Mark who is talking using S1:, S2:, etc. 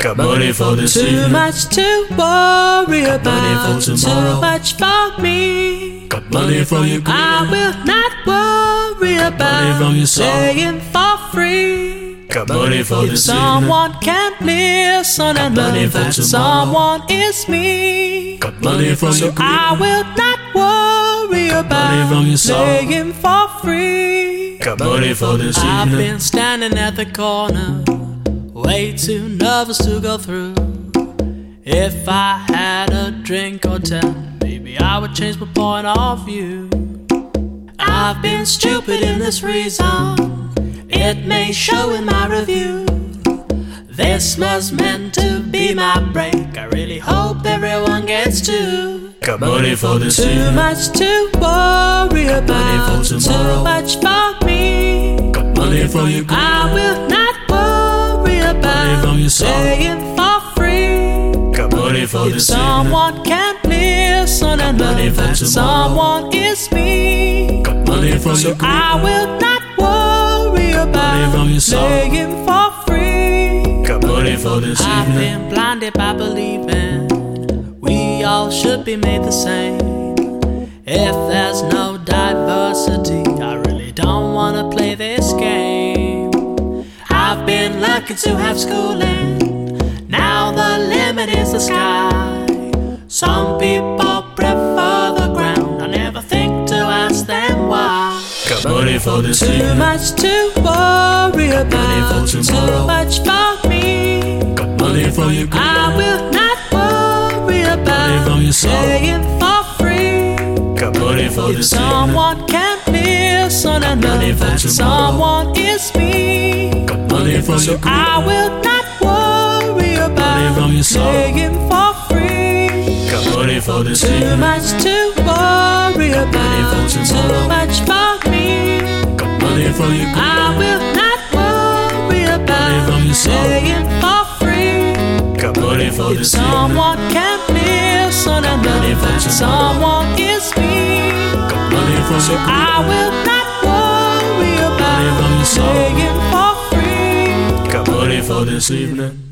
S1: Got money for this
S2: Too
S1: evening.
S2: much to worry
S1: Got money
S2: about.
S1: for
S2: Too
S1: tomorrow.
S2: much for me.
S1: Got money for you,
S2: I
S1: Greta.
S2: will not worry
S1: money
S2: about
S1: from your soul.
S2: playing for free.
S1: Got money for
S2: If
S1: this evening.
S2: someone can listen and
S1: Got money
S2: love
S1: for
S2: that
S1: tomorrow.
S2: someone is me,
S1: Got money from
S2: so
S1: your
S2: I
S1: Greta.
S2: will not
S1: money
S2: worry about
S1: from your soul.
S2: playing for free.
S1: Got money for this
S2: I've
S1: evening.
S2: been standing at the corner, way too nervous to go through. If I had a drink or ten, maybe I would change my point of view. I've been stupid in this reason, it may show in my review. This was meant to be my break. I really hope everyone gets to.
S1: Got money for this
S2: Too
S1: evening.
S2: much to worry about.
S1: for
S2: Too
S1: tomorrow.
S2: much for me.
S1: Got money from your
S2: I
S1: Greta.
S2: will not worry
S1: from
S2: about
S1: your soul.
S2: staying for free.
S1: Got money for
S2: If
S1: this evening.
S2: someone can listen and
S1: money
S2: love
S1: for
S2: that
S1: tomorrow.
S2: someone is me,
S1: Got money from
S2: so
S1: your
S2: I
S1: Greta.
S2: will not worry
S1: from
S2: about
S1: your soul.
S2: staying for free.
S1: Got money for this
S2: I've
S1: evening.
S2: been blinded by believing we all should be made the same. If there's no diversity, I really don't wanna play this game. I've been lucky to have schooling, now the limit is the sky. Some people prefer the ground, I never think to ask them why.
S1: Got money for this
S2: Too
S1: evening.
S2: much to worry about,
S1: for
S2: too
S1: tomorrow.
S2: much for me.
S1: Got money from your Greta.
S2: I will not worry
S1: from
S2: about
S1: your soul.
S2: staying for free.
S1: Got money for
S2: If
S1: this evening.
S2: someone can listen and
S1: Money
S2: love
S1: for
S2: that
S1: tomorrow.
S2: someone is me,
S1: Money from your Greta.
S2: I will not worry
S1: from
S2: about
S1: your soul.
S2: staying for free.
S1: Got money for this
S2: Too
S1: evening.
S2: much to worry about,
S1: for
S2: too
S1: tomorrow.
S2: much for me.
S1: Got money from your
S2: I
S1: Greta.
S2: will not worry
S1: from
S2: about
S1: your soul.
S2: staying for free.
S1: Got money for
S2: If
S1: this evening.
S2: someone can listen and love that someone is me,
S1: Money from your Greta.
S2: I will not worry
S1: Money
S2: about
S1: from your soul.
S2: staying for free.
S1: Got money for this evening.